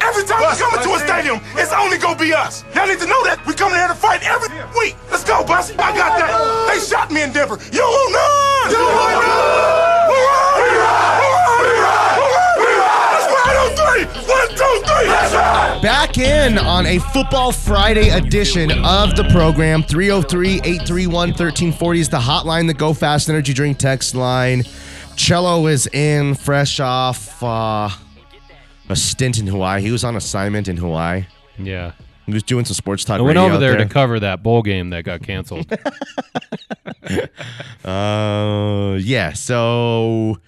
Every time we come into a stadium, it's only gonna be us. Y'all need to know that. We coming here to fight every week. Let's go, Bussy. I got that. They shot me in Denver. You will not. You will not. We ride. We ride. We ride. Let's ride on three. One, two, three. Let's ride. Back in on a Football Friday edition of the program. 303 831 1340 is the hotline, the Go Fast Energy Drink text line. Cello is in, fresh off uh, a stint in Hawaii. He was on assignment in Hawaii. Yeah. He was doing some sports talk. I went radio over out there, to cover that bowl game that got canceled. Uh, yeah. So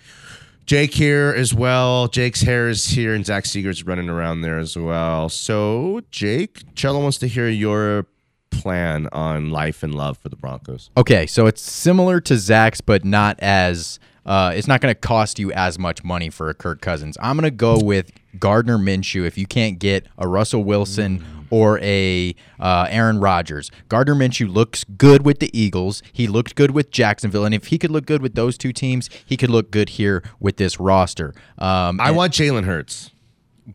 Jake here as well. Jake's hair is here, and Zach Seeger's running around there as well. So Jake, Cello wants to hear your plan on life and love for the Broncos. Okay, so it's similar to Zach's, but not as. Uh, it's not going to cost you as much money for a Kirk Cousins. I'm going to go with Gardner Minshew if you can't get a Russell Wilson Mm. or a uh, Aaron Rodgers. Gardner Minshew looks good with the Eagles. He looked good with Jacksonville, and if he could look good with those two teams, he could look good here with this roster. Um, I want Jalen Hurts.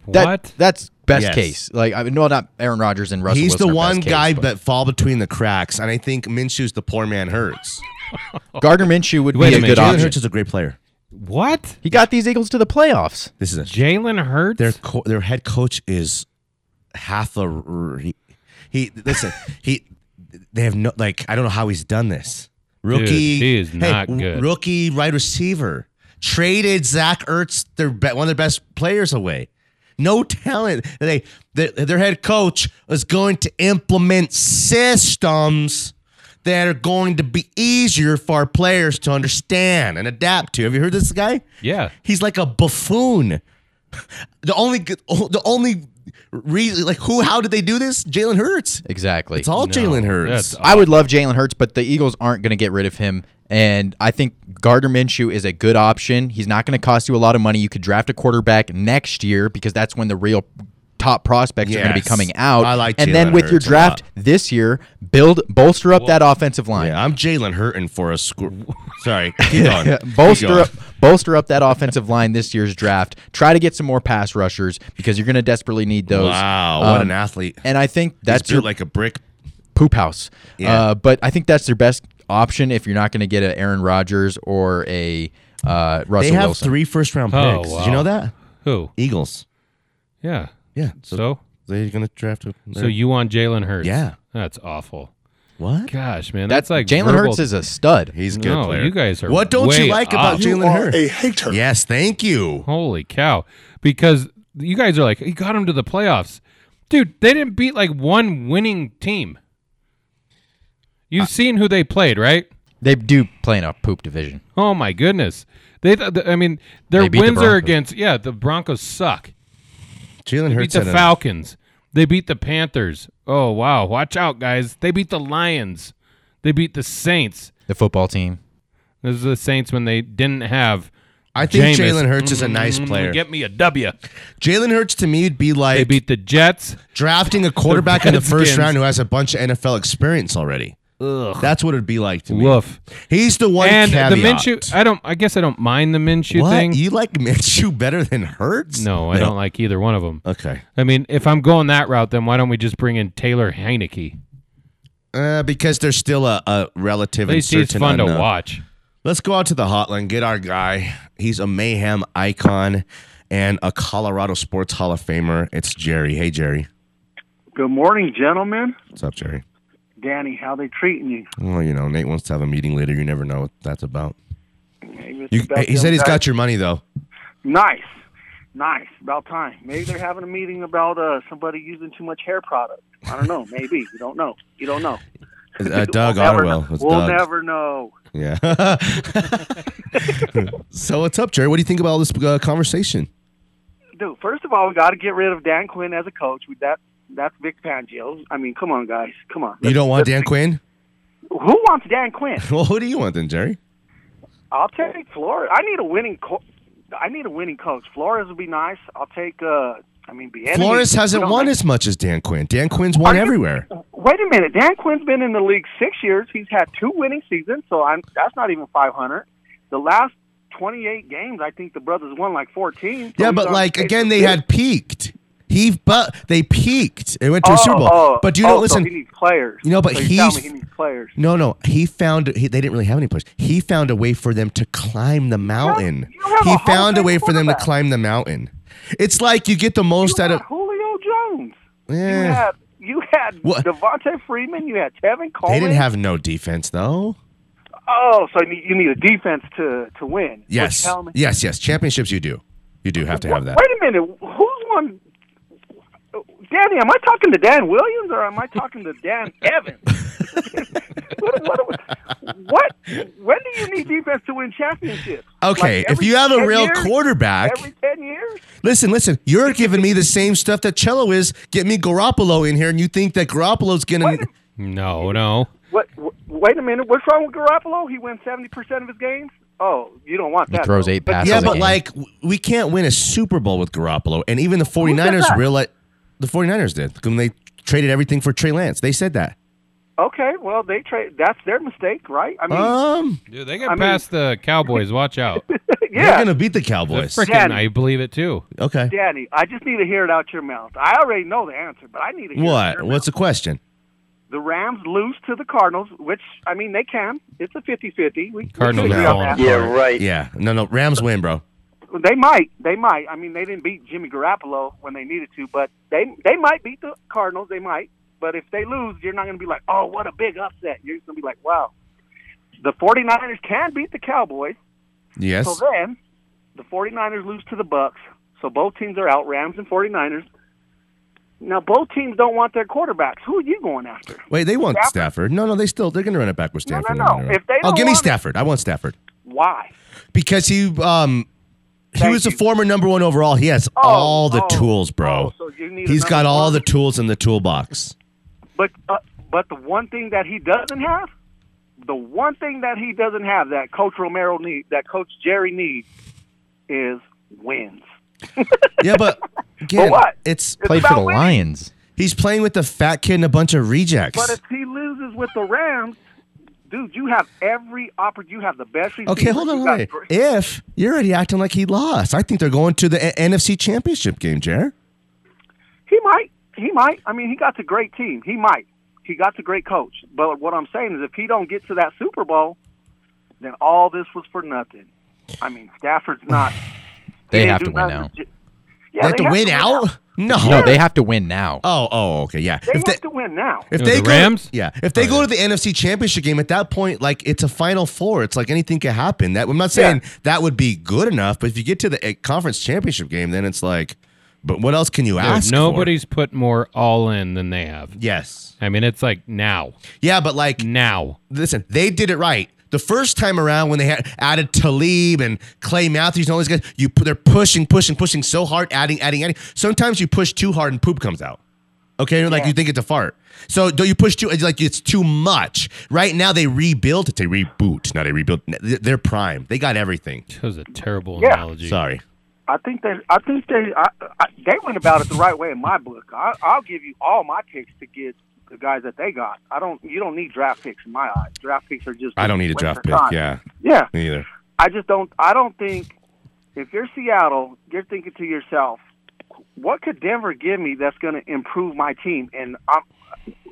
that, what? That's best Yes. case. Like, I mean, no, not Aaron Rodgers and Russell. He's Wilson the are best one case, guy but- that fall between the cracks, and I think Minshew's the poor man Hurts. Gardner Minshew would Wait be a a minute, good Jalen option. Hurts is a great player. what? He got these Eagles to the playoffs. This is a Jalen Hurts? their co- their head coach is half a r- he, he listen he they have no like I don't know how he's done this rookie he is not w- good. rookie wide receiver traded Zach Ertz their be- one of their best players away no talent they their, their head coach is going to implement systems that are going to be easier for our players to understand and adapt to have you heard this guy yeah. He's like a buffoon. The only the only reason, like who, how did they do this? Jalen Hurts. Exactly. It's all Jalen Hurts. That's- I would love Jalen Hurts, but the Eagles aren't going to get rid of him. And I think Gardner Minshew is a good option. He's not going to cost you a lot of money. You could draft a quarterback next year because that's when the real top prospects are going to be Yes. coming out. I like and Jalen then with your Hurts a draft this year, build bolster up that offensive line. Yeah, I'm Jalen Hurting for a squirrel. Sorry, keep going. Keep bolster going. up bolster up that offensive line this year's draft. Try to get some more pass rushers because you're going to desperately need those. Wow, what Um, an athlete. And I think He's that's built your like a brick. poop house. Yeah. Uh, but I think that's their best option if you're not going to get a Aaron Rodgers or a uh, Russell They have Wilson. three first round Oh, picks. Did you know wow. that? Who? Eagles. Yeah. Yeah. So they're gonna draft a. so you want Jalen Hurts? Yeah. That's awful. what? Gosh, man. That's, That's like like Jalen verbal- Hurts is a stud. He's a good No, player. you guys are What don't way you like about off. Jalen Hurts? A hater. Yes, thank you. Holy cow. Because you guys are like, you got him to the playoffs. Dude, they didn't beat like one winning team. You've seen who they played, right? They do play in a poop division. Oh my goodness. They th- th- I mean, their They beat the wins are Broncos. against yeah, the Broncos suck. Jalen They beat Hurts the had a- Falcons. They beat the Panthers. Oh wow, watch out guys. They beat the Lions. They beat the Saints. The football team. This is the Saints when they didn't have I think Jameis. Jalen Hurts is a nice Mm, player. Get me a W. Jalen Hurts to me would be They like beat the Jets. drafting a quarterback in the first Redskins. round who has a bunch of NFL experience already. Ugh. That's what it'd be like to me. Woof. He's the one and caveat. the Minshew, I don't. I guess I don't mind the Minshew what? thing. You like Minshew better than Hurts? no, I don't like either one of them. Okay. I mean, if I'm going that route, then why don't we just bring in Taylor Heineke? Uh, because there's still a, a relative At least and he's certain fun unknown. to watch. Let's go out to the hotline, get our guy. He's a mayhem icon and a Colorado Sports Hall of Famer. It's Jerry. Hey, Jerry. Good morning, gentlemen. What's up, Jerry? Danny, how they treating you? Well, you know, Nate wants to have a meeting later. You never know what that's about. Maybe it's You, he about them said he's guys- got your money, though. nice, nice. About time. Maybe they're having a meeting about uh, somebody using too much hair product. I don't know. Maybe you don't know. You don't know. Uh, Doug we'll never Otterwell. know. It's We'll Doug. never know. Yeah. so what's up, Jerry? What do you think about all this uh, conversation? Dude, first of all, we got to get rid of Dan Quinn as a coach. We, that that's Vic Fangio. I mean, come on, guys, come on. You don't want Let's- Dan Quinn? Who wants Dan Quinn? Well, who do you want then, Jerry? I'll take Flores. I need a winning. Co- I need a winning coach. Flores would be nice. I'll take. Uh, I mean, be Flores hasn't won as much as Dan Quinn. Dan Quinn's Are won you- everywhere. Wait a minute. Dan Quinn's been in the league six years. He's had two winning seasons, so I'm, that's not even 500. The last 28 games, I think the brothers won like 14. so Yeah, he's but on like pace again, to they do- had peaked. He but they peaked. It went to a Super Bowl. Oh, but do you oh, know? so listen, he needs players. You know, but so you tell he's- me he needs players. no, no. He found he, they didn't really have any players. He found a way for them to climb the mountain. you have a He Hall of found a Fame way for them to quarterback. climb the mountain. It's like you get the most You out had of. Julio Jones. You Eh. had you had What? Devontae Freeman. You had Tevin They Coleman. didn't have no defense though. Oh, so you need, you need a defense to to win. Yes, Tell me. yes, yes. Championships, you do. You do have to have that. Wait a minute. Who's won? Danny, am I talking to Dan Williams or am I talking to Dan Evans? what, what, what? When do you need defense to win championships? Okay, Like if every you have a 10 real years? quarterback, Every 10 years? listen, listen. You're giving me the same stuff that Cello is. Get me Garoppolo in here, and you think that Garoppolo's gonna? Wait a- No, no. What, wh- wait a minute. What's wrong with Garoppolo? He wins 70% of his games? Oh, you don't want He that. throws though. eight passes. yeah, a but game. like w- we can't win a Super Bowl with Garoppolo, and even the 49ers that? realized the 49ers did when they traded everything for Trey Lance. They said that. Okay, well, they trade. that's their mistake, right? I mean, Um, Dude, they got I mean- past the Cowboys. Watch out. they're yeah. gonna beat the Cowboys. Freaking, Daddy. I believe it too. okay, Danny, I just need to hear it out your mouth. I already know the answer, but I need to hear it out what? your What's the question? the Rams lose to the Cardinals, which, I mean, they can. It's a 50 50. Cardinals are falling agree on apart. that. Yeah, right. Yeah, no, no. Rams win, bro. They might. They might. I mean, they didn't beat Jimmy Garoppolo when they needed to, but they they might beat the Cardinals. They might. But if they lose, you're not going to be like, oh, what a big upset. You're just going to be like, wow. The 49ers can beat the Cowboys. Yes. So then the 49ers lose to the Bucks. So both teams are out, Rams and 49ers. Now, both teams don't want their quarterbacks. Who are you going after? Wait, they want Stafford? Stafford. No, no, they still they're gonna run it back with No, no, Stafford. no. matter what. If they oh, don't give me want it- Stafford. I want Stafford Why? because he um he Thank was a you. former number one overall. He has all the oh, tools, bro. oh, so you need He's another got all one. the tools in the toolbox. But uh, but the one thing that he doesn't have, the one thing that he doesn't have that Coach Romero needs, that Coach Jerry needs, is wins. Yeah, but again, what? it's played for about the winning. Lions. he's playing with the fat kid and a bunch of rejects. But if he loses with the Rams, dude, you have every opportunity. You have the best. Receiver. Okay, hold on. You Hold got on. great- If you're already acting like he lost, I think they're going to the A- NFC Championship game, Jer. He might. He might. I mean, he got the great team. He might. He got the great coach. But what I'm saying is, if he don't get to that Super Bowl, then all this was for nothing. I mean, Stafford's not. They didn't have do to win nothing now. ju- They Yeah, have to win out. No. No, they have to win now. Oh, oh, okay, yeah. They if they, have to win now. If Who, they the go, Rams? yeah. If they go to the NFC Championship game at that point, like it's a Final Four. It's like anything could happen. That I'm not saying that would be good enough, but if you get to the eh, conference championship game, then it's like, but what else can you Dude, ask? for? nobody's put more all in than they have. Yes. I mean, it's like now, Yeah, but like, now. listen, they did it right. The first time around when they had added Talib and Clay Matthews and all these guys, you pu- they're pushing, pushing, pushing so hard, adding, adding, adding. Sometimes you push too hard and poop comes out. Okay, like you think it's a fart. So don't you push too? It's like it's too much. Right now they rebuilt. It's a reboot, not a rebuild. They're prime. They got everything. That was a terrible Yeah. analogy. Sorry. I think they, I think they, I, I, they went about it the right way in my book. I, I'll give you all my picks to get the guys that they got. I don't, you don't need draft picks in my eyes. Draft picks are just. I don't need a waste draft of pick. time. Yeah, yeah. me either. I just don't. I don't think if you're Seattle, you're thinking to yourself, what could Denver give me that's going to improve my team? And I'm,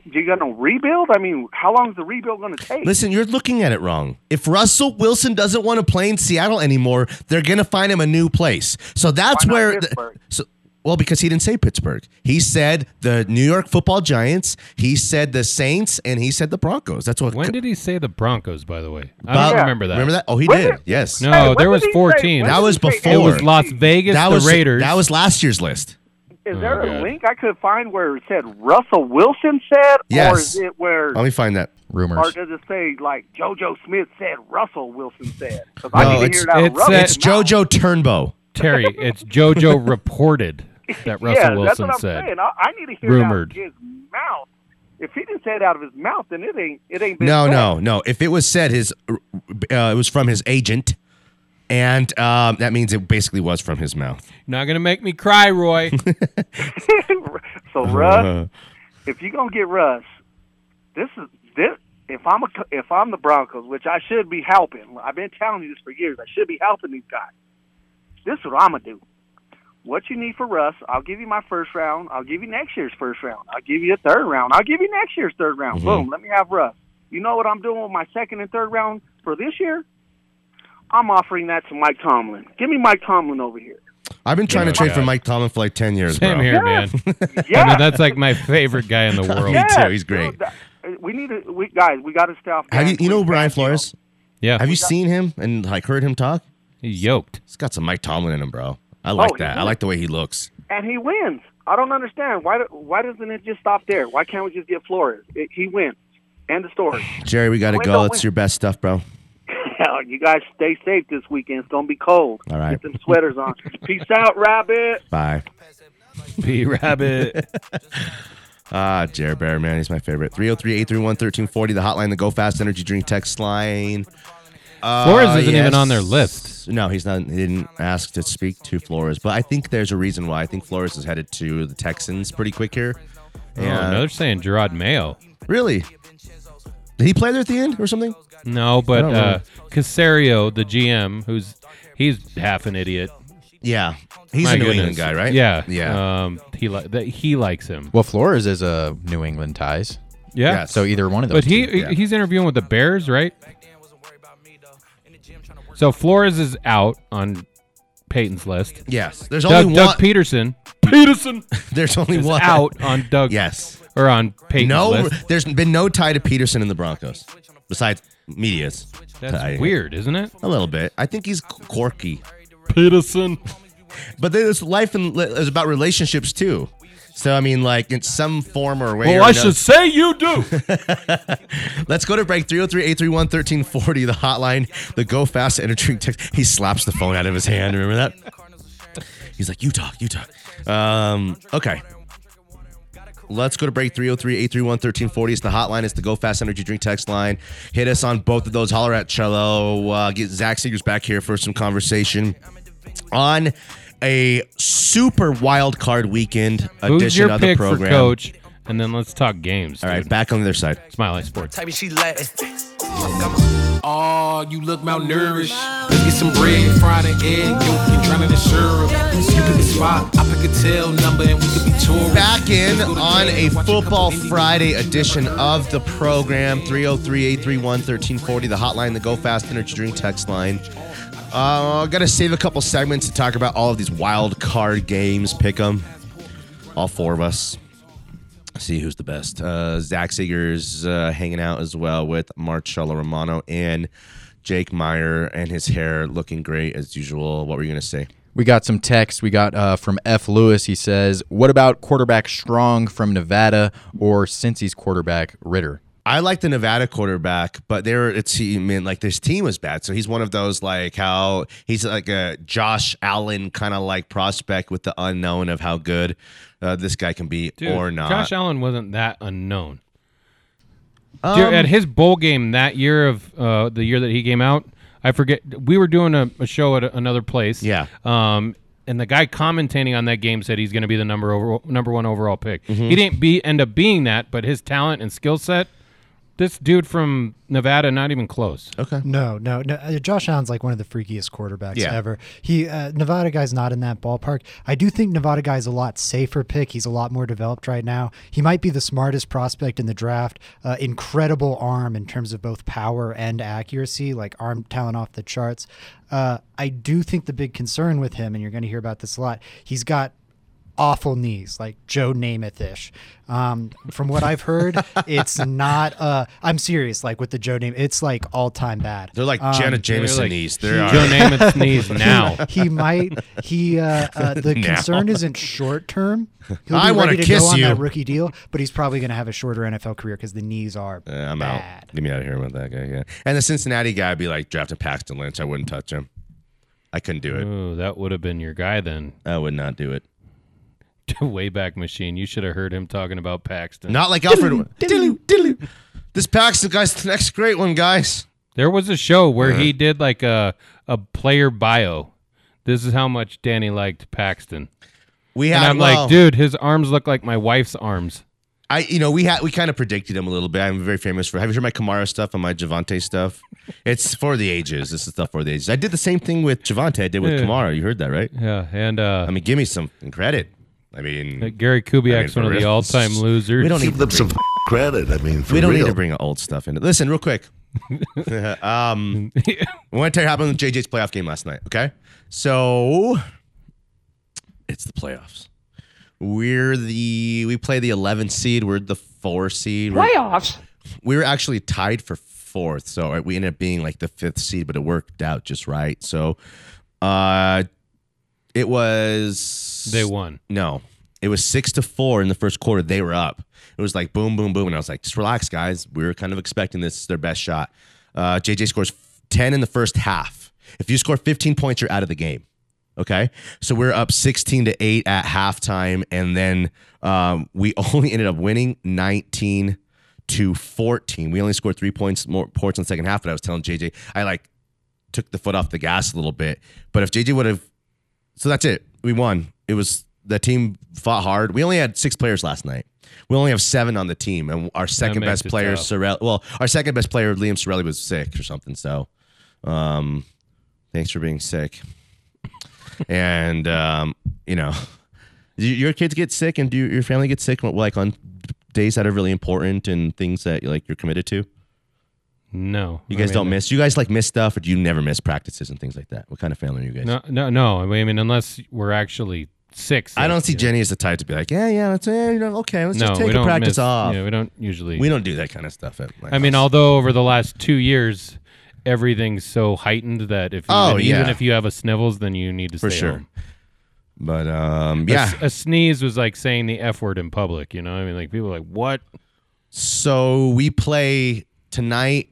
you're going to rebuild. I mean, how long is the rebuild going to take? Listen, you're looking at it wrong. If Russell Wilson doesn't want to play in Seattle anymore, they're going to find him a new place. So that's not where. The, Pittsburgh? so, well, because he didn't say Pittsburgh. He said the New York football giants, he said the Saints, and he said the Broncos. That's what. When did he say the Broncos? By the way, I Bob- don't remember that. Remember that? Oh, he When did. did- Yes. No, Hey, when there did was he four say- teams. when That did was he say It before. was Las Vegas, that the was Raiders. That was last year's list. Is there God. a link I could find where it said Russell Wilson said, or Yes. is it where, Let me find that. or Rumors. does it say like JoJo Smith said Russell Wilson said? 'Cause No, I need to it's- hear it out of it's, uh, Russell's It's mouth. JoJo Turnbow. Terry. It's JoJo reported that Russell yeah, Wilson that's what I'm said. saying. I, I need to hear it out Rumored. of his mouth. If he didn't say it out of his mouth, then it ain't it ain't been No, said. no, no. If it was said, his uh, it was from his agent, and um, that means it basically was from his mouth. Not gonna make me cry, Roy. so Uh-huh. Russ, if you're gonna get Russ, this is this. If I'm a, if I'm the Broncos, which I should be helping, I've been telling you this for years. I should be helping these guys. This is what I'm gonna do. what you need for Russ. I'll give you my first round. I'll give you next year's first round. I'll give you a third round. I'll give you next year's third round. Mm-hmm. Boom. Let me have Russ. You know what I'm doing with my second and third round for this year? I'm offering that to Mike Tomlin. Give me Mike Tomlin over here. I've been trying to trade for Mike Tomlin for like ten years. Same bro. here, man. Yeah. I mean, that's like my favorite guy in the world. Me Yeah, too. He's great. dude, that- we need to, we guys. We got to stay off. Have you gas. you know We- Brian Flores? Yeah, Have you seen him and like heard him talk? He's yoked. He's got some Mike Tomlin in him, bro. I like he that. I does. like the way he looks. and he wins. I don't understand why. do- Why doesn't it just stop there? Why can't we just get Flores? It, he wins. End of story. Jerry, we gotta Win, go. don't It's win. your best stuff, bro. Hell, you guys stay safe this weekend. It's gonna be cold. All right. Get them sweaters on. Peace out, rabbit. Bye. P Rabbit. Ah, Jerry Bear, man, he's my favorite. 303-831-1340, the hotline, the Go Fast Energy Drink text line. Uh, Flores isn't even on their list. No, he's not. He didn't ask to speak to Flores, but I think there's a reason why. I think Flores is headed to the Texans pretty quick here. Oh, no, they're saying Gerard Mayo. Really? Did he play there at the end or something? No, but don't know. uh, Casario, the GM, who's he's half an idiot. Yeah, he's My a New goodness. England guy, right? Yeah, yeah. Um, he li- that he likes him. Well, Flores is a New England ties, Yeah. Yes. so either one of those. But he two. yeah. he's interviewing with the Bears, right? So Flores is out on Peyton's list. yes, there's Doug, only one. Doug Peterson. Peterson there's only is one out on Doug. Yes. Or on Peyton's No, list. there's been no tie to Peterson in the Broncos besides media's. That's tie. weird, isn't it? A little bit. I think he's quirky. Peterson. But then it's life and li- is about relationships too. So I mean, like in some form or way. Well, or I another- should say you do. Let's go to break 303-831-1340, the hotline, the go fast energy text. He slaps the phone out of his hand. Remember that? He's like, you talk, you talk. Um, okay. Let's go to break 303-831-1340. It's the hotline. It's the Go Fast Energy Drink text line. Hit us on both of those. Holler at Cello. Uh, get Zach Seegers back here for some conversation on a super wild card weekend Who's edition your of the pick for program. coach? And then let's talk games. All right, dude. back on the other side. Smile like sports. Type of she like. Oh, you look malnourished. Get some bread, fried an egg, yolk, and drown it in syrup. You pick a spot, I pick a tail number, and we could be touring. back in on a Football Friday edition of the program 303 831 1340, the hotline, the Go Fast Energy Drink text line. Uh, Got to save a couple segments to talk about all of these wild card games. Pick them, all four of us. See who's the best. Uh, Zach Seeger's uh, hanging out as well with Marcello Romano and Jake Meyer, and his hair looking great as usual. What were you going to say? We got some text. We got uh, from F. Lewis. He says, "What about quarterback Strong from Nevada or Cincy's quarterback Ritter?" I like the Nevada quarterback, but they were a team, and like this team was bad. So he's one of those like how he's like a Josh Allen kind of like prospect with the unknown of how good uh, this guy can be Dude, or not. Josh Allen wasn't that unknown. Dude, Um, at his bowl game that year of uh, the year that he came out, I forget. We were doing a, a show at a- another place. Yeah. Um, and the guy commentating on that game said he's going to be the number over, number one overall pick. Mm-hmm. He didn't be end up being that, but his talent and skill set. This dude from Nevada, not even close. No, no, no. Uh, Josh Allen's like one of the freakiest quarterbacks Yeah. ever. He uh, Nevada guy's not in that ballpark. I do think Nevada guy's a lot safer pick. He's a lot more developed right now. He might be the smartest prospect in the draft. Uh, incredible arm in terms of both power and accuracy, like arm talent off the charts. Uh, I do think the big concern with him, and you're going to hear about this a lot, he's got awful knees, like Joe Namath ish. Um, from what I've heard, it's not. Uh, I'm serious. Like with the Joe name, it's like all time bad. They're like Um, Janet Jameson like, knees. Joe They're Namath knees now. He might. He uh, uh, the Now. concern isn't short term. He'll I be wanna ready to kiss go on you. that rookie deal, but he's probably going to have a shorter NFL career because the knees are Uh, I'm bad. out. Get me out of here with that guy. Yeah. And the Cincinnati guy would be like drafting Paxton Lynch. I wouldn't touch him. I couldn't do it. Ooh, that would have been your guy then. I would not do it. Wayback Machine. You should have heard him talking about Paxton. Not like Alfred. Diddly, diddly. This Paxton guy's the next great one, guys. There was a show where he Uh-huh. did like a a player bio. This is how much Danny liked Paxton. We And have I'm like, dude, his arms look like my wife's arms. I you know we had we kind of predicted him a little bit. I'm very famous for. Have you heard my Kamara stuff and my Javante stuff? It's for the ages. This is stuff for the ages. I did the same thing with Javante. I did with Yeah. Kamara. You heard that, right? Yeah, and uh, I mean, give me some credit. I mean, Gary Kubiak's I mean, one of the for real. all-time losers. we don't need Give them some credit. I mean, for we don't real. need to bring old stuff in. Listen, real quick. um, I want to tell you what happened with JJ's playoff game last night. Okay, so it's the playoffs. We're the we play the 11 seed. We're the four seed. We're- Playoffs? we were actually tied for fourth, so we ended up being like the fifth seed, but it worked out just right. So, uh, it was They won. no, it was six to four in the first quarter. They were up. It was like boom, boom, boom, and I was like, just relax, guys. We were kind of expecting this. It's their best shot. Uh, JJ scores ten in the first half. If you score fifteen points, you're out of the game. Okay, so we're up sixteen to eight at halftime, and then um, we only ended up winning nineteen to fourteen. We only scored three points more points in the second half. But I was telling JJ, I like took the foot off the gas a little bit. But if JJ would have so that's it. We won. It was the team fought hard. We only had six players last night. We only have seven on the team, and our second makes best it player, tough. Sorelli. Well, our second best player, Liam Sorelli, was sick or something. So, um, thanks for being sick. and um, you know, do your kids get sick, and do your family get sick? Like on days that are really important and things that like you're committed to. No, You I guys mean, don't miss. You guys like miss stuff, or do you never miss practices and things like that? What kind of family are you guys? No, no, no. I mean, I mean, unless we're actually six. I don't see yeah. Jenny as the type to be like, yeah, yeah, let's, eh, you know, okay, let's No, just we take a don't practice miss- off. Yeah, we don't usually. we don't do that kind of stuff. At my I mean, house. although over the last two years, everything's so heightened that if Oh, even, yeah. even if you have a snivels, then you need to for stay sure. home. But um, A yeah. s- a, sneeze was like saying the f word in public. You know, I mean, like people are like what? So we play tonight.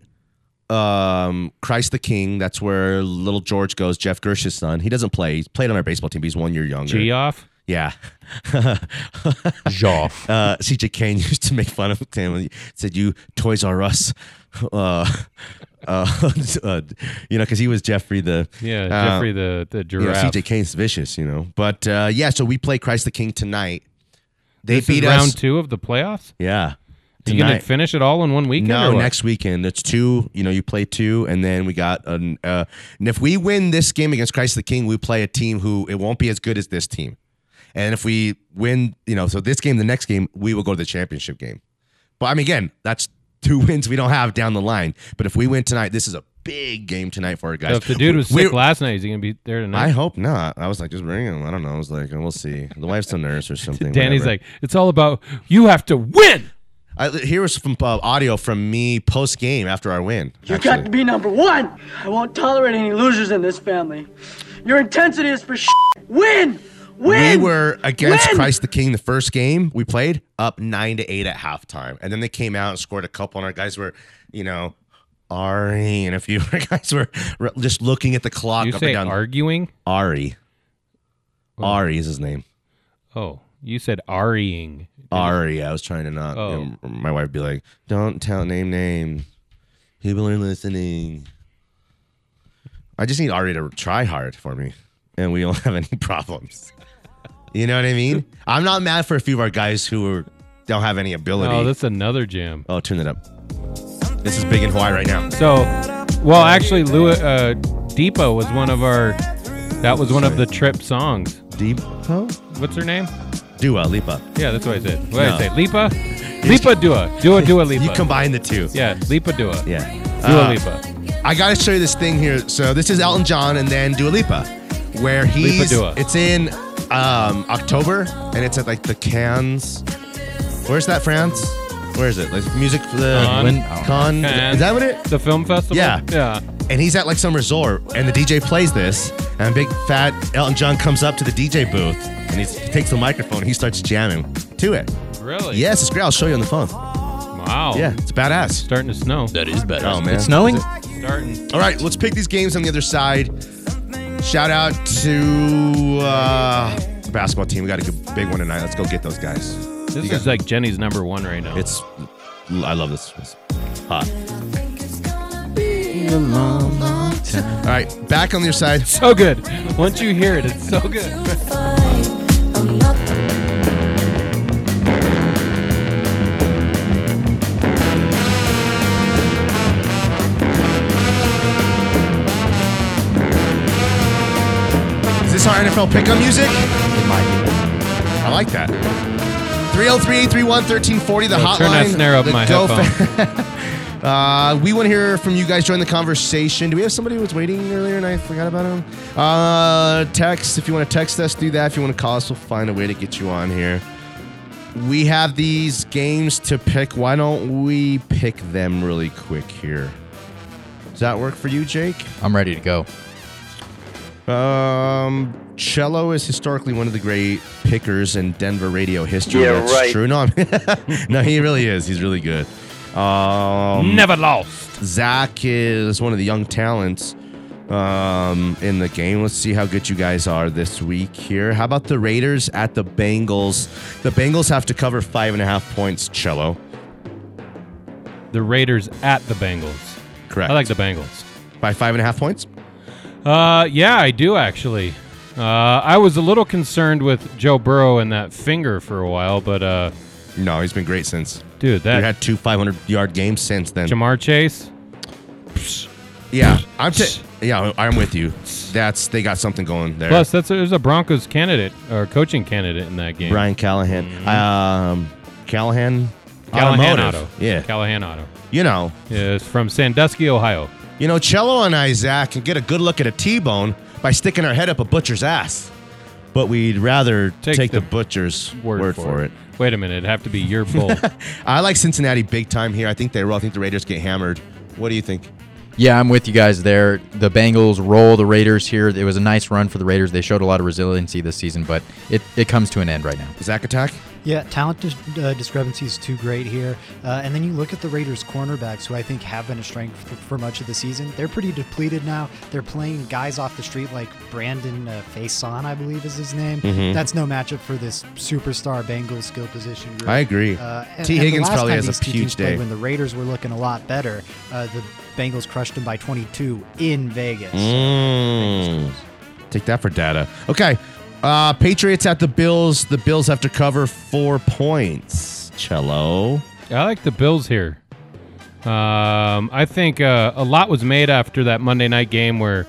Um, Christ the King. That's where little George goes. Jeff Gersh's son. He doesn't play. He's played on our baseball team. But he's one year younger. G off? Yeah. Joff. uh, CJ Kane used to make fun of him. He said, "You Toys R Us." Uh, uh, uh, you know, because he was Jeffrey the Yeah, uh, Jeffrey the the you know, giraffe. CJ Kane's vicious, you know. But uh, yeah, so we play Christ the King tonight. They This is beat round us. two of the playoffs. Yeah. Are you gonna Tonight. finish it all in one weekend? No, or what? next weekend. It's two. You know, you play two, and then we got an. Uh, and if we win this game against Christ the King, we play a team who it won't be as good as this team. And if we win, you know, so this game, the next game, we will go to the championship game. But I mean, again, that's two wins we don't have down the line. But if we win tonight, this is a big game tonight for our guys. So if the dude was We- sick last night, is he gonna be there I tonight? hope not. I was like, just bring him. I don't know. I was like, we'll see. The wife's a nurse or something. Danny's whatever. like, it's all about you have to win. I, here was from uh, audio from me post game after our win. You got to be number one. I won't tolerate any losers in this family. Your intensity is for shit. Win, we win. were against Win! Christ the King the first game we played up nine to eight at halftime, and then they came out and scored a couple, and our guys were, you know, Ari and a few of our guys were re- just looking at the clock You up say and down. arguing? Ari, Ari is his name. Oh, you said Ariing. Ari, I was trying to not. Oh. and my wife would be like, "Don't tell name name. People are listening." I just need Ari to try hard for me, and we don't have any problems. You know what I mean? I'm not mad for a few of our guys who are, don't have any ability. Oh, that's another jam. oh, turn it up. This is big in Hawaii right now. So, well, actually, Lou, uh, Deepo was one of our. That was one of the trip songs. Deep What's her name? Dua Lipa. Yeah, that's what I said. What did No. I say? Lipa, Lipa Dua, Dua Dua Lipa. You combine the two. yeah, Lipa Dua, Dua Yeah. Uh, Lipa. I gotta show you this thing here. So this is Elton John and then Dua Lipa, where he's Dua. it's in um, October and it's at like the Cannes. Where's that France? Where is it? Like music for the Con. Lin- Oh. Con. Is that what it? The film festival. Yeah. yeah. And he's at like some resort and the DJ plays this and big fat Elton John comes up to the DJ booth and he's, he takes the microphone and he starts jamming to it. Really? Yes, it's great. I'll show you on the phone. Wow. Yeah, it's badass. Starting to snow. That is better. Oh, man. It's snowing? Starting. All right, let's pick these games on the other side. Shout out to uh, the basketball team. We got a good, big one tonight. Let's go get those guys. This You is got- like Jenny's number one right now. It's I love this. It's hot. All right, back on the other side. so good. Once you hear it, it's so good. this our NFL pickup music? It might I like that. 303-831-1340, the hotline. turn that snare up the my Go Fa- Uh, we want to hear from you guys. Join the conversation. Do we have somebody who was waiting earlier and I forgot about him? Uh, text. If you want to text us, do that. If you want to call us, we'll find a way to get you on here. We have these games to pick. Why don't we pick them really quick here? Does that work for you, Jake? be. I'm ready to go. Um, Cello is historically one of the great pickers in Denver radio history. Yeah, That's right. true. No, I'm- no, he really is. He's really good. Um, Never lost. Zach is one of the young talents um, in the game. Let's see how good you guys are this week here. How about the Raiders at the Bengals? The Bengals have to cover five and a half points. Cello, The Raiders at the Bengals. correct? I like the Bengals. by five and a half points. Uh, yeah, I do actually. Uh, I was a little concerned with Joe Burrow and that finger for a while, but uh, No, he's been great since. dude, We've that had two 500 yard games since then. Jamar Chase. Yeah, I'm. T- yeah, I'm with you. That's they got something going there. Plus, that's there's a Broncos candidate or coaching candidate in that game. Brian Callahan, um, Callahan, Mm-hmm. Callahan Automotive. Auto. Yeah, Callahan Auto you know, is from Sandusky, Ohio. you know, Cello and I, Zach, can get a good look at a T-bone by sticking our head up a butcher's ass, but we'd rather Take take, the the, butcher's Word, for, it. Wait a minute, it'd have to be your bull. I like Cincinnati big time here. I think they roll. I think the Raiders get hammered. What do you think? Yeah, I'm with you guys there. The Bengals roll the Raiders here. It was a nice run for the Raiders. They showed a lot of resiliency this season, but it, it comes to an end right now. Zach attack? Yeah, talent dis- uh, discrepancy is too great here. Uh, and then you look at the Raiders' cornerbacks, who I think have been a strength for, for much of the season. They're pretty depleted now. They're playing guys off the street like Brandon uh, Faison, I believe is his name. Mm-hmm. That's no matchup for this superstar Bengals skill position group. I agree. Uh, and- T. and the Higgins last probably time has a these two huge teams played day. When the Raiders were looking a lot better, uh, the Bengals crushed them by 22 in Vegas. Mm-hmm. Mm. Take that for data. Okay. Uh, Patriots at the Bills. The Bills have to cover four points. Cello. I like the Bills here. Um, I think uh, a lot was made after that Monday night game where,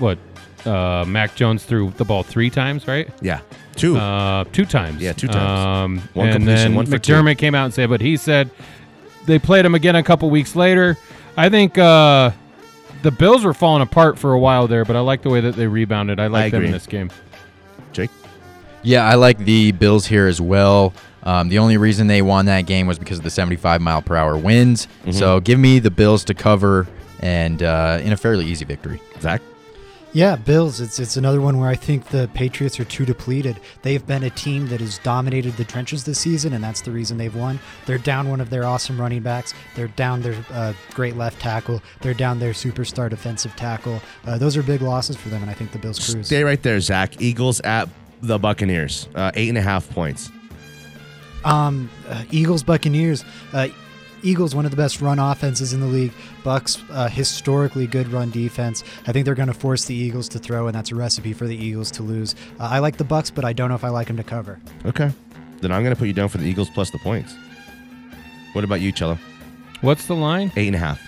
what, uh, Mac Jones threw the ball three times, right? Yeah. Two. Uh, two times. Yeah, two times. Um, One and completion, then one for two. McDermott came out and said, but he said they played him again a couple weeks later. I think uh, the Bills were falling apart for a while there, but I like the way that they rebounded. I like them agree. in this game. Jake. Yeah, I like the Bills here as well. Um, the only reason they won that game was because of the 75 mile per hour winds. So give me the Bills to cover and uh, in a fairly easy victory. Zach. Yeah, Bills. It's it's another one where I think the Patriots are too depleted. They've been a team that has dominated the trenches this season, and that's the reason they've won. They're down one of their awesome running backs. They're down their uh, great left tackle. They're down their superstar defensive tackle. Uh, those are big losses for them, and I think the Bills cruise. Stay right there, Zach. Eagles at the Buccaneers. Uh, eight and a half points. Um, uh, Eagles, Buccaneers. Uh, Eagles, one of the best run offenses in the league. Bucks, uh, historically good run defense. I think they're going to force the Eagles to throw, and that's a recipe for the Eagles to lose. Uh, I like the Bucks, but I don't know if I like them to cover. Okay. Then I'm going to put you down for the Eagles plus the points. What about you, Cello? What's the line? Eight and a half.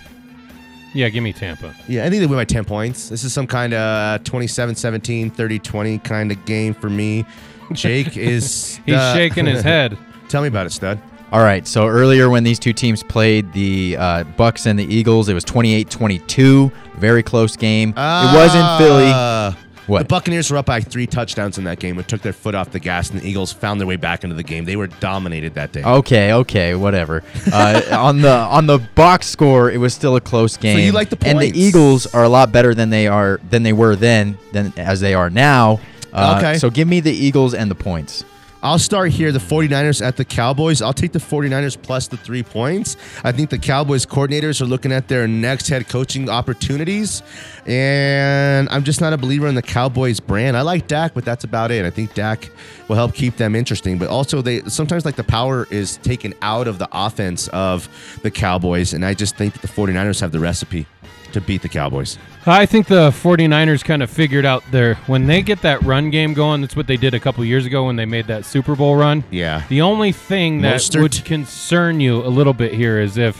Yeah, give me Tampa. Yeah, I think they win by 10 points. This is some kind of 27 17, 30 20 kind of game for me. Jake is. He's uh, shaking his head. Tell me about it, stud. All right, so earlier when these two teams played, the uh, Bucks and the Eagles, it was 28-22, very close game. it was in Philly. Uh, What? The Buccaneers were up by three touchdowns in that game, but took their foot off the gas, and the Eagles found their way back into the game. They were dominated that day. Okay, okay, whatever. Uh, on the on the box score, it was still a close game. you like the And the points. Eagles are a lot better than they are than they were then than as they are now. Uh, Okay. So give me the Eagles and the points. I'll start here. The 49ers at the Cowboys. I'll take the 49ers plus the three points. I think the Cowboys coordinators are looking at their next head coaching opportunities. And I'm just not a believer in the Cowboys brand. I like Dak, but that's about it. I think Dak will help keep them interesting. But also they sometimes like the power is taken out of the offense of the Cowboys. And I just think that the 49ers have the recipe to beat the Cowboys. I think the 49ers kind of figured out their when they get that run game going, that's what they did a couple years ago when they made that Super Bowl run. Yeah. The only thing that Mostert. would concern you a little bit here is if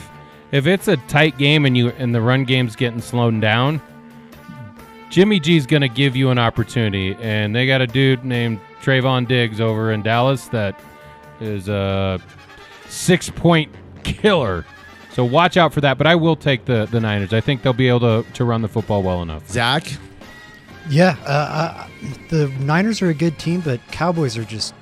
if it's a tight game and you and the run game's getting slowed down, Jimmy G's going to give you an opportunity, and they got a dude named Trayvon Diggs over in Dallas that is a six point killer. So watch out for that. But I will take the, the Niners. I think they'll be able to, to run the football well enough. Zach, Yeah, uh, uh, the Niners are a good team, but Cowboys are just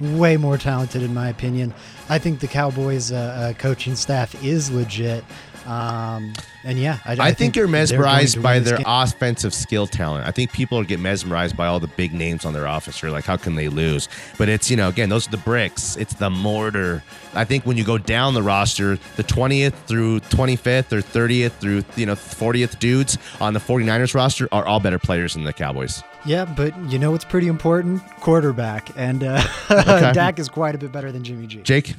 way more talented, in my opinion. I think the Cowboys' uh, uh, coaching staff is legit. Um, and yeah, I, I, think, you're they're going to mesmerized win by this their game. offensive skill talent. I think people get mesmerized by all the big names on their officer. Like, how can they lose? But it's, you know, again, those are the bricks, it's the mortar. I think when you go down the roster, the 20th through 25th or 30th through, you know, 40th dudes on the 49ers roster are all better players than the Cowboys. Yeah, but you know what's pretty important? Quarterback. And uh, Dak is quite a bit better than Jimmy G. Jake?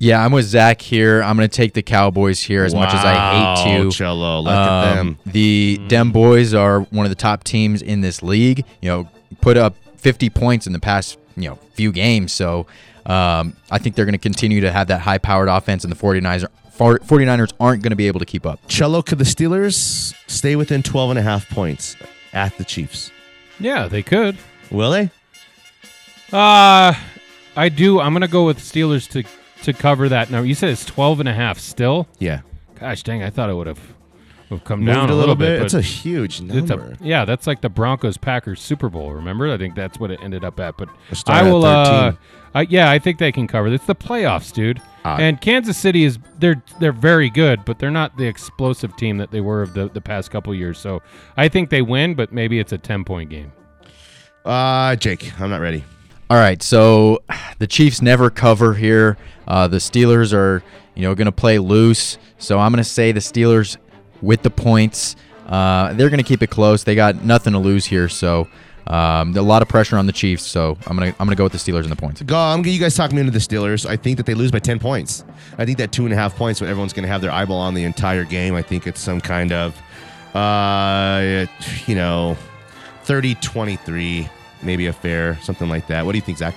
Yeah, I'm with Zach here. I'm going to take the Cowboys here as much as I hate Wow, to. um, Cello, look at them. The Dem Boys are one of the top teams in this league. You know, put up 50 points in the past you know few games. So um, I think they're going to continue to have that high-powered offense, and the 49ers, 49ers aren't going to be able to keep up. Cello, could the Steelers stay within 12 and a half points at the Chiefs? Yeah, they could. Will they? Uh, I do. I'm going to go with Steelers to, to cover that number. You said it's 12 and a half still? Yeah. Gosh dang, I thought it would have would come Moved down a little bit. It's but a huge it's a- number. yeah, that's like the Broncos Packers Super Bowl. Remember, I think that's what it ended up at. But It started I will. at 13. Uh, I, yeah, I think they can cover. It's the playoffs, dude. Ah. and Kansas City is they're they're very good, but they're not the explosive team that they were of the, the past couple years. So I think they win, but maybe it's a ten point game. Uh, Jake, I'm not ready. All right, so the Chiefs never cover here. Uh, the Steelers are, you know, going to play loose. So I'm going to say the Steelers with the points. Uh, they're going to keep it close. They got nothing to lose here, so um, a lot of pressure on the Chiefs. So I'm going to I'm going to go with the Steelers and the points. Go, I'm, you guys talked me into the Steelers. I think that they lose by 10 points. I think that two and a half points, but everyone's going to have their eyeball on the entire game. I think it's some kind of, uh, you know, 30 23, maybe a fair, something like that. What do you think, Zach?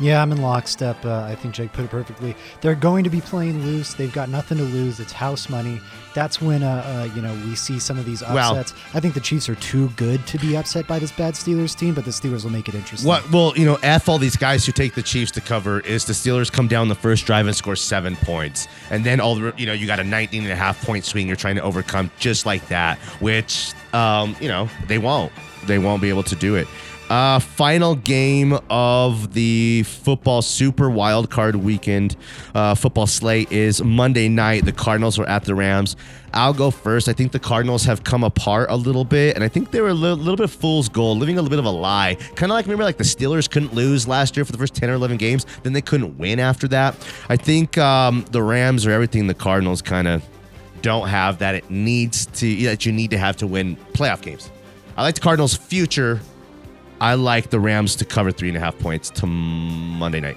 Yeah, I'm in lockstep. Uh, I think Jake put it perfectly. They're going to be playing loose. They've got nothing to lose. It's house money. That's when uh, uh, you know we see some of these Well- upsets. I think the Chiefs are too good to be upset by this bad Steelers team, but the Steelers will make it interesting. What? Well, you know, f all these guys who take the Chiefs to cover is the Steelers come down the first drive and score seven points, and then all the you know you got a 19 and a half point swing you're trying to overcome just like that, which um, you know they won't, they won't be able to do it. Uh, final game of the football super wild card weekend uh, football slate is Monday night. The Cardinals are at the Rams. I'll go first. I think the Cardinals have come apart a little bit, and I think they were a little, little bit fool's gold, living a little bit of a lie. Kind of like remember, like the Steelers couldn't lose last year for the first ten or eleven games, then they couldn't win after that. I think um, the Rams are everything the Cardinals kind of don't have that it needs to that you need to have to win playoff games. I like the Cardinals' future. I like the Rams to cover three and a half points to Monday night.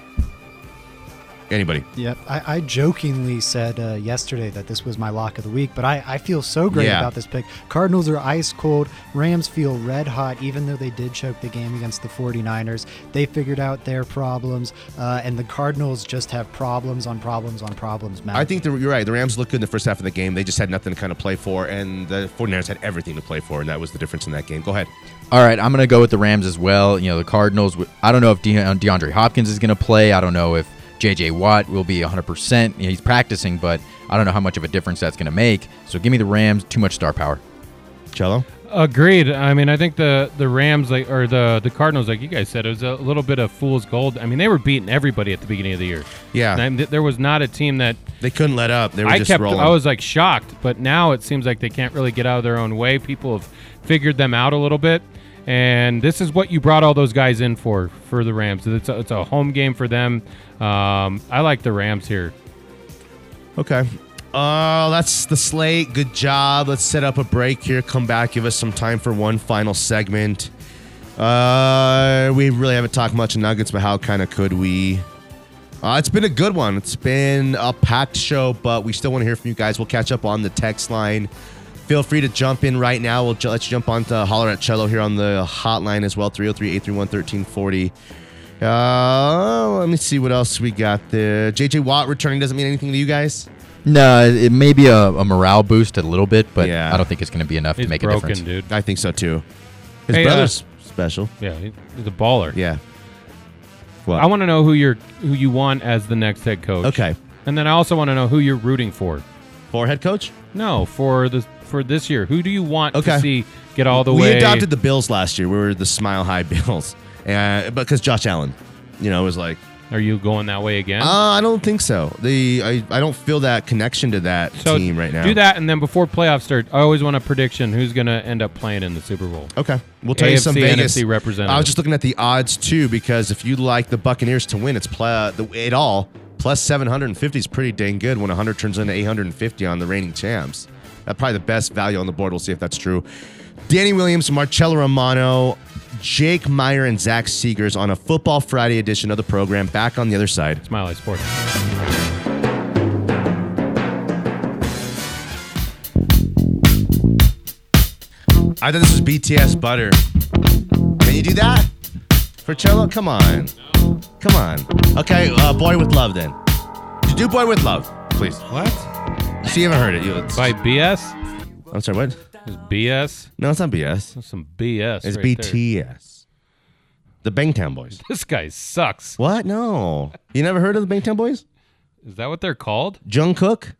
Anybody? Yep. I, I jokingly said uh, yesterday that this was my lock of the week, but I, I feel so great Yeah. about this pick. Cardinals are ice cold. Rams feel red hot, even though they did choke the game against the 49ers. They figured out their problems, uh, and the Cardinals just have problems on problems on problems. Matt. I think the, you're right. The Rams looked good in the first half of the game. They just had nothing to kind of play for, and the 49ers had everything to play for, and that was the difference in that game. Go ahead. All right, I'm going to go with the Rams as well. You know, the Cardinals. w- I don't know if De- DeAndre Hopkins is going to play. I don't know if J.J. Watt will be 100%. You know, he's practicing, but I don't know how much of a difference that's going to make. So give me the Rams. Too much star power. Cello? Agreed. I mean, I think the the Rams like or the the Cardinals, like you guys said, it was a little bit of fool's gold. I mean, they were beating everybody at the beginning of the year. Yeah. And th- there was not a team that They couldn't let up. They were I just kept. rolling. I was like shocked, but now it seems like they can't really get out of their own way. People have figured them out a little bit, and this is what you brought all those guys in for for the Rams. It's a, it's a home game for them. Um, I like the Rams here. Okay. Uh, that's the slate. Good job. Let's set up a break here. Come back. Give us some time for one final segment. Uh, we really haven't talked much of Nuggets, but how kind of could we? Uh, it's been a good one. It's been a packed show, but we still want to hear from you guys. We'll catch up on the text line. Feel free to jump in right now. We'll ju- let's jump on to holler at Cello here on the hotline as well 303 831 1340. Uh, let me see what else we got there. JJ Watt returning doesn't mean anything to you guys. No, it may be a, a morale boost a little bit, but Yeah. I don't think it's going to be enough He's to make a broken, difference. dude. I think so too. His Hey, uh, brother's special. Yeah, he- he's a baller. Yeah. What? I want to know who you're, who you want as the next head coach. okay. And then I also want to know who you're rooting for. Forehead coach. No, for the for this year, who do you want Okay. to see get all the we way? adopted the Bills last year. We were the Smile High Bills, and because Josh Allen, you know, was like, Are you going that way again? uh, I don't think so. The I, I don't feel that connection to that so team right now. do that, and then before playoffs start, I always want a prediction who's going to end up playing in the Super Bowl. Okay, we'll tell you some AFC, Vegas NFC representatives. I was just looking at the odds too because if you like the Buccaneers to win, it's play the it all plus 750 is pretty dang good when 100 turns into 850 on the reigning champs. That's probably the best value on the board. We'll see if that's true. Danny Williams, Marcello Romano, Jake Meyer, and Zach Seegers on a Football Friday edition of the program. Back on the other side. Smiley Sports. I thought this was BTS Butter. Can you do that? For cello? Come on. Come on. Okay, uh, Boy with Love then. You do Boy with Love, please. What? So you haven't heard it. You, it's- By BS? I'm sorry, what? Is BS? No, it's not BS. That's some BS. It's right there. BTS. The Bangtan Boys. This guy sucks. What? No. You never heard of the Bangtan Boys? Is that what they're called? Jungkook?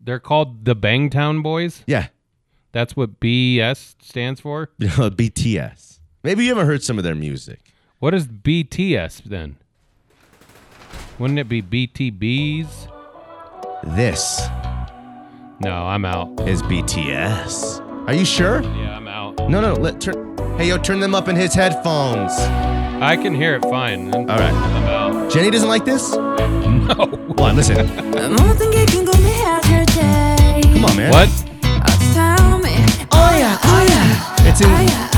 They're called the Bangtown Boys. Yeah. That's what BS stands for. BTS. Maybe you haven't heard some of their music. What is BTS then? Wouldn't it be BTBs? This No, I'm out. is BTS. Are you sure? Yeah, I'm out. No, no, let turn. Hey, yo, turn them up in his headphones. I can hear it fine. I'm, All right. I'm out. Jenny doesn't like this? No. Come on, listen. Come on, man. What? Oh yeah, oh yeah. It's in.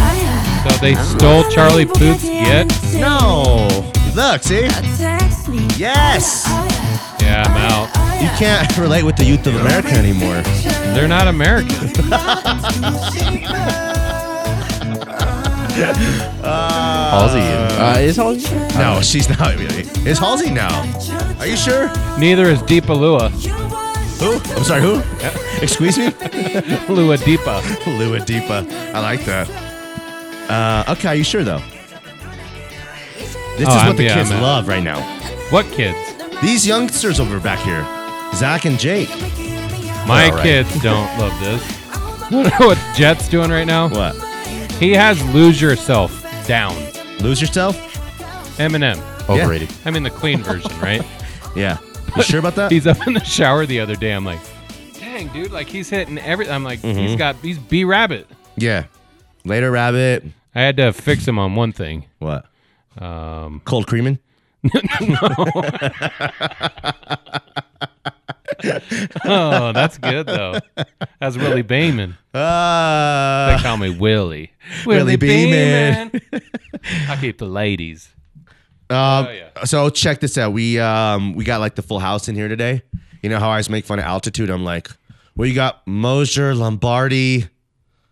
So they stole Charlie Puth's get? No. Look, see? Yes. Yeah, I'm out. You can't relate with the youth of America anymore. They're not American. Halsey, uh, is Halsey? No, she's not. really. Is Halsey now? Are you sure? Neither is Deepa Lua. Who? I'm sorry. Who? Excuse me. Lua Deepa. Lua Deepa. I like that. Uh, okay. Are you sure though? This is Oh, I'm- what the yeah, kids I'm out. love right now. What kids? These youngsters over back here, Zach and Jake. My All right. kids don't love this. You know what Jet's doing right now? What? He has Lose Yourself down. Lose yourself? Eminem. Overrated. I mean, the clean version, right? Yeah. You sure about that? He's up in the shower the other day. I'm like, dang, dude, like he's hitting every. I'm like, Mm-hmm. he's got, he's B Rabbit. yeah. Later, rabbit. I had to fix him on one thing. What? Um, Cold creaming. Oh, that's good, though. That's Willie Beeman. They Uh, call me Willie. Willie Beeman. Beeman. I keep the ladies. um, Oh, yeah. So check this out. We um we got like the full house in here today. You know how I always make fun of altitude. I'm like, well, you got Mosier, Lombardi,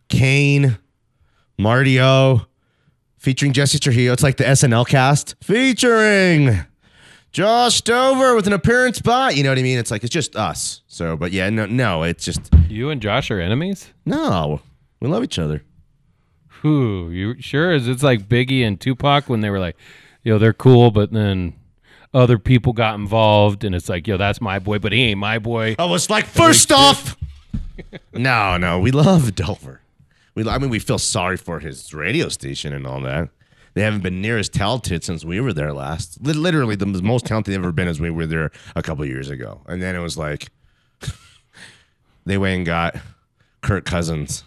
Kane, Martio, featuring Jesse Trujillo. It's like the SNL cast featuring Josh Stover with an appearance by. You know what I mean? It's like it's just us. So, but yeah, no, no, it's just You and Josh are enemies? no. We love each other. Who you sure is? It's like Biggie and Tupac when they were like, yo, they're cool, but then other people got involved, and it's like, yo, that's my boy, but he ain't my boy. I was Oh, like, first off, no, no, we love Dover. We, I mean, we feel sorry for his radio station and all that. They haven't been near as talented since we were there last. Lit- Literally, the most talented they've ever been is we were there a couple years ago. And then it was like, they went and got Kirk Cousins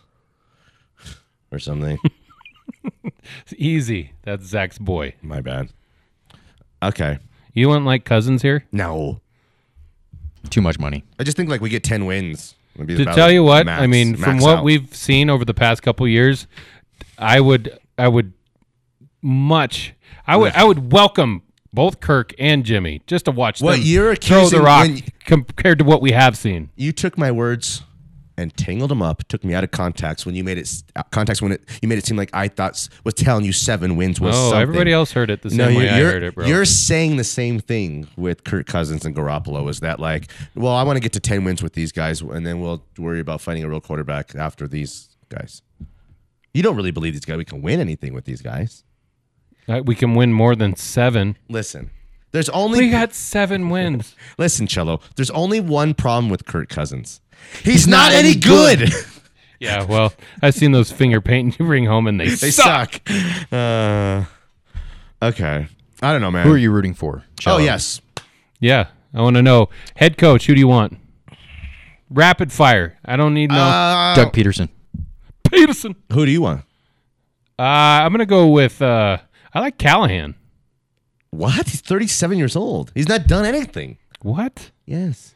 or something. It's easy. That's Zach's boy. My bad. Okay. You want like cousins here? No. Too much money. I just think like we get 10 wins. Would be to about tell you what, max- I mean, from max what out. we've seen over the past couple years, I would, I would much, I would, I would welcome both Kirk and Jimmy just to watch What them you're throw the accusing rock when- compared to what we have seen. you took my words and tangled them up. Took me out of contacts when you made it s- uh, contacts when it you made it seem like I thought s- was telling you seven wins was Oh, something. everybody else heard it the same way I you're, heard it, bro. You're saying the same thing with Kirk Cousins and Garoppolo. Is that like, well, I want to get to ten wins with these guys, and then we'll worry about finding a real quarterback after these guys. You don't really believe these guys. We can win anything with these guys. Uh, we can win more than seven. Listen, there's only We got seven wins. listen, Cello. There's only one problem with Kirk Cousins. He's, not, not any any good. yeah, well, I've seen those finger paint you bring home and they, they suck. suck. Uh, okay, I don't know, man. Who are you rooting for? Oh Cello? yes, Yeah, I want to know. Head coach, who do you want? Rapid fire. I don't need no Uh, Oh. Doug Peterson. Peterson. who do you want? Uh, I'm gonna go with. Uh, I like Callahan. What? He's 37 years old. He's not done anything. What? Yes.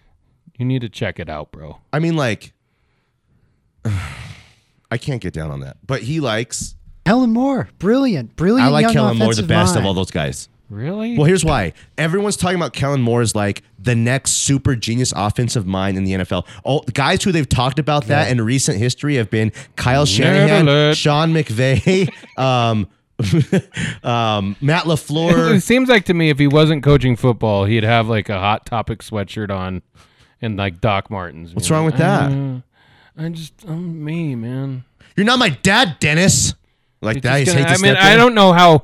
You need to check it out, bro. I mean, like, I can't get down on that. But he likes. Helen Moore, brilliant, brilliant. I like young Kellen Moore the offensive best of mind. all those guys. Really? Well, here's why. Everyone's talking about Kellen Moore as like the next super genius offensive mind in the NFL. All the guys who they've talked about that in recent history have been Kyle Shanahan, alert. Sean McVay, um, um, Matt it LaFleur. seems like to me if he wasn't coaching football, he'd have like a hot topic sweatshirt on, and like Doc Martens. What's wrong with that? Mm. I just I'm me, man. You're not my dad, Dennis. Like that. I Just hate gonna- to I mean, step I in. don't know how,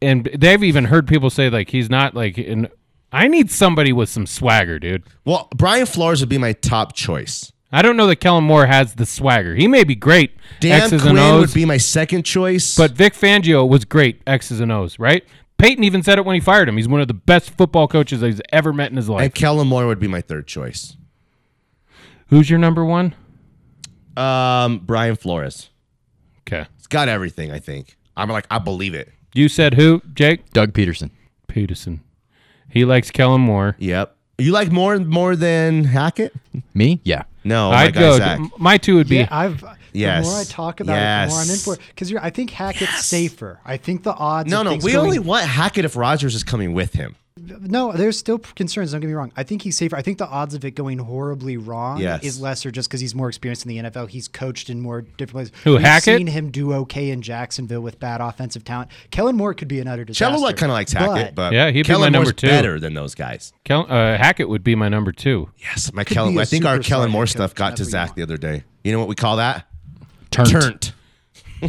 and they've even heard people say like he's not like an. I need somebody with some swagger, dude. Well, Brian Flores would be my top choice. I don't know that Kellen Moore has the swagger. He may be great, Dan X's Quinn and O's, would be my second choice. but Vic Fangio was great X's and O's, right? Peyton even said it when he fired him. He's one of the best football coaches he's ever met in his life. and Kellen Moore would be my third choice. Who's your number one? Um, Brian Flores. Okay, It's got everything. I think. I'm like, I believe it. you said who? Jake Doug Peterson. Peterson. He likes Kellen Moore. Yep. You like more more than Hackett? Me? Yeah. No, I'd Oh my guy go. Zach. My two would be Yeah, I've. Yes. The more I talk about it, the more I'm in Yes. for it. Because I think Hackett's safer. I think the odds. No, of no, things we going- only want Hackett if Rogers is coming with him. No, there's still p- concerns. Don't get me wrong. I think he's safer. I think the odds of it going horribly wrong Yes. is lesser just because he's more experienced in the NFL. He's coached in more different places. Who, We've Hackett? seen him do okay in Jacksonville with bad offensive talent. Kellen Moore could be an utter disaster. Cello like kind of likes Hackett, but, Yeah, he'd be Kellen my Moore's number two. better than those guys. Kel- uh, Hackett would be my number two. Yes, my Could Kellen. be a I think our superstar Kellen Moore head stuff coach, got to that's what you Zach want. the other day. You know what we call that? Turnt. Turnt.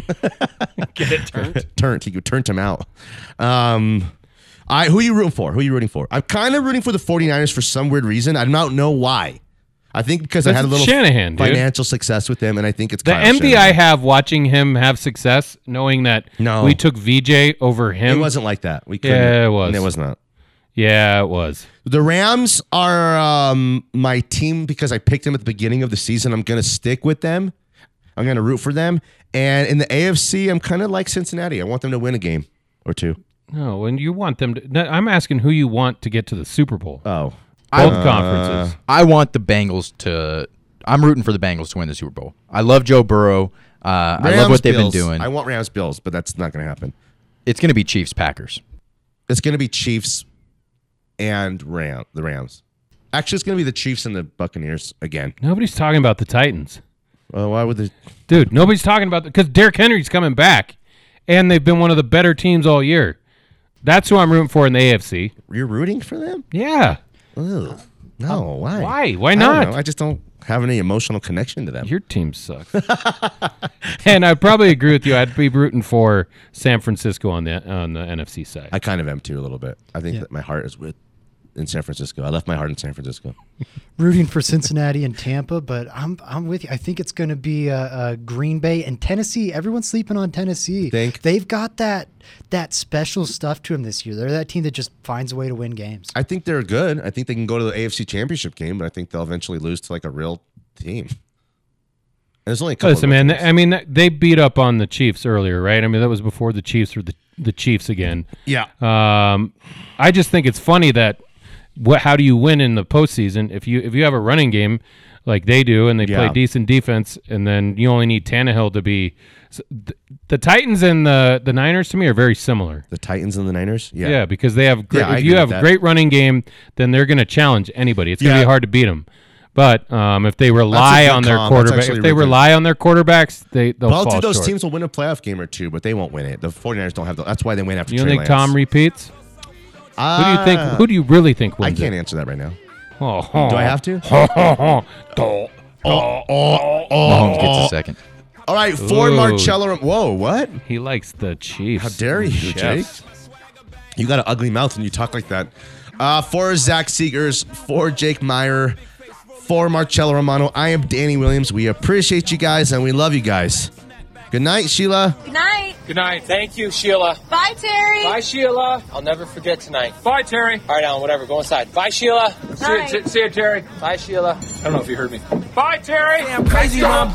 Get it turned. turnt. He turned him out. Um, I who are you rooting for? Who are you rooting for? I'm kind of rooting for the 49ers for some weird reason. I don't know why. I think because I That's had a little Shanahan, dude. financial success with them, and I think it's The Kyle envy I Shanahan. have watching him have success, knowing that No. we took VJ over It him. wasn't like that. We couldn't. Yeah, it was. And it was not. Yeah, it was. The Rams are um, my team because I picked them at the beginning of the season. I'm going to stick with them. I'm going to root for them. And in the AFC, I'm kind of like Cincinnati. I want them to win a game or two. No, and you want them to. No, I'm asking who you want to get to the Super Bowl. Oh, Both conferences. Uh, I want the Bengals to. I'm rooting for the Bengals to win the Super Bowl. I love Joe Burrow. Uh, I love Rams, what they've Bills. been doing. I want Rams Bills, but that's not going to happen. it's going to be Chiefs Packers. It's going to be Chiefs and Ram the Rams. Actually, it's going to be the Chiefs and the Buccaneers again. Nobody's talking about the Titans. Uh, why would the Dude, nobody's talking about because Derrick Henry's coming back, and they've been one of the better teams all year. That's who I'm rooting for in the AFC. you're rooting for them? Yeah. Ugh. No, why? Um, why? Why I don't not? know. I just don't have any emotional connection to them. Your team sucks. and I probably agree with you. I'd be rooting for San Francisco on the on the NFC side. I kind of am too a little bit. I think that my heart is with in San Francisco. I left my heart in San Francisco. rooting for Cincinnati and Tampa, but I'm I'm with you. I think it's going to be uh, uh, Green Bay and Tennessee. Everyone's sleeping on Tennessee. Think? They've got that that special stuff to them this year. They're that team that just finds a way to win games. I think they're good. I think they can go to the AFC Championship game, but I think they'll eventually lose to like a real team. And there's only a couple. Listen, of real man. teams. th- I mean, th- they beat up on the Chiefs earlier, right? I mean, that was before the Chiefs were the, the Chiefs again. yeah. Um, I just think it's funny that what how do you win in the postseason if you if you have a running game like they do and they Yeah. play decent defense and then you only need Tannehill to be s- th- the Titans and the the Niners to me are very similar. the Titans and the Niners. Yeah. Yeah, because they have great. Yeah, I if agree you with have that. great running game, then they're going to challenge anybody. It's going to Yeah. be hard to beat them. But um, if they rely good on their comp. That's quarterback, actually if they really good. rely on their quarterbacks, they they'll Well, fall two of those short. teams will win a playoff game or two, but they won't win it. The 49ers don't have the. That's why they win after you don't Trey think Lance. Tom repeats? Who do you think? Ah, Who do you really think I wins? can't answer that right now. It? Oh, Do I have to? to? Mahomes gets Oh. a second. All right, Ford Ooh. Marcello. Whoa, what? he likes the Chiefs. How dare you, Jake? Chiefs. You got an ugly mouth when you talk like that. Uh, for Zach Seegers, for Jake Meyer, for Marcello Romano, I am Danny Williams. We appreciate you guys and we love you guys. Good night, Sheila. Good night. Good night. Thank you, Sheila. Bye, Terry. Bye, Sheila. I'll never forget tonight. Bye, Terry. All right, Alan, whatever. Go inside. Bye, Sheila. See Bye. you, see you, Terry. Bye, Sheila. I don't know if you heard me. Bye, Terry. I'm crazy, Mom.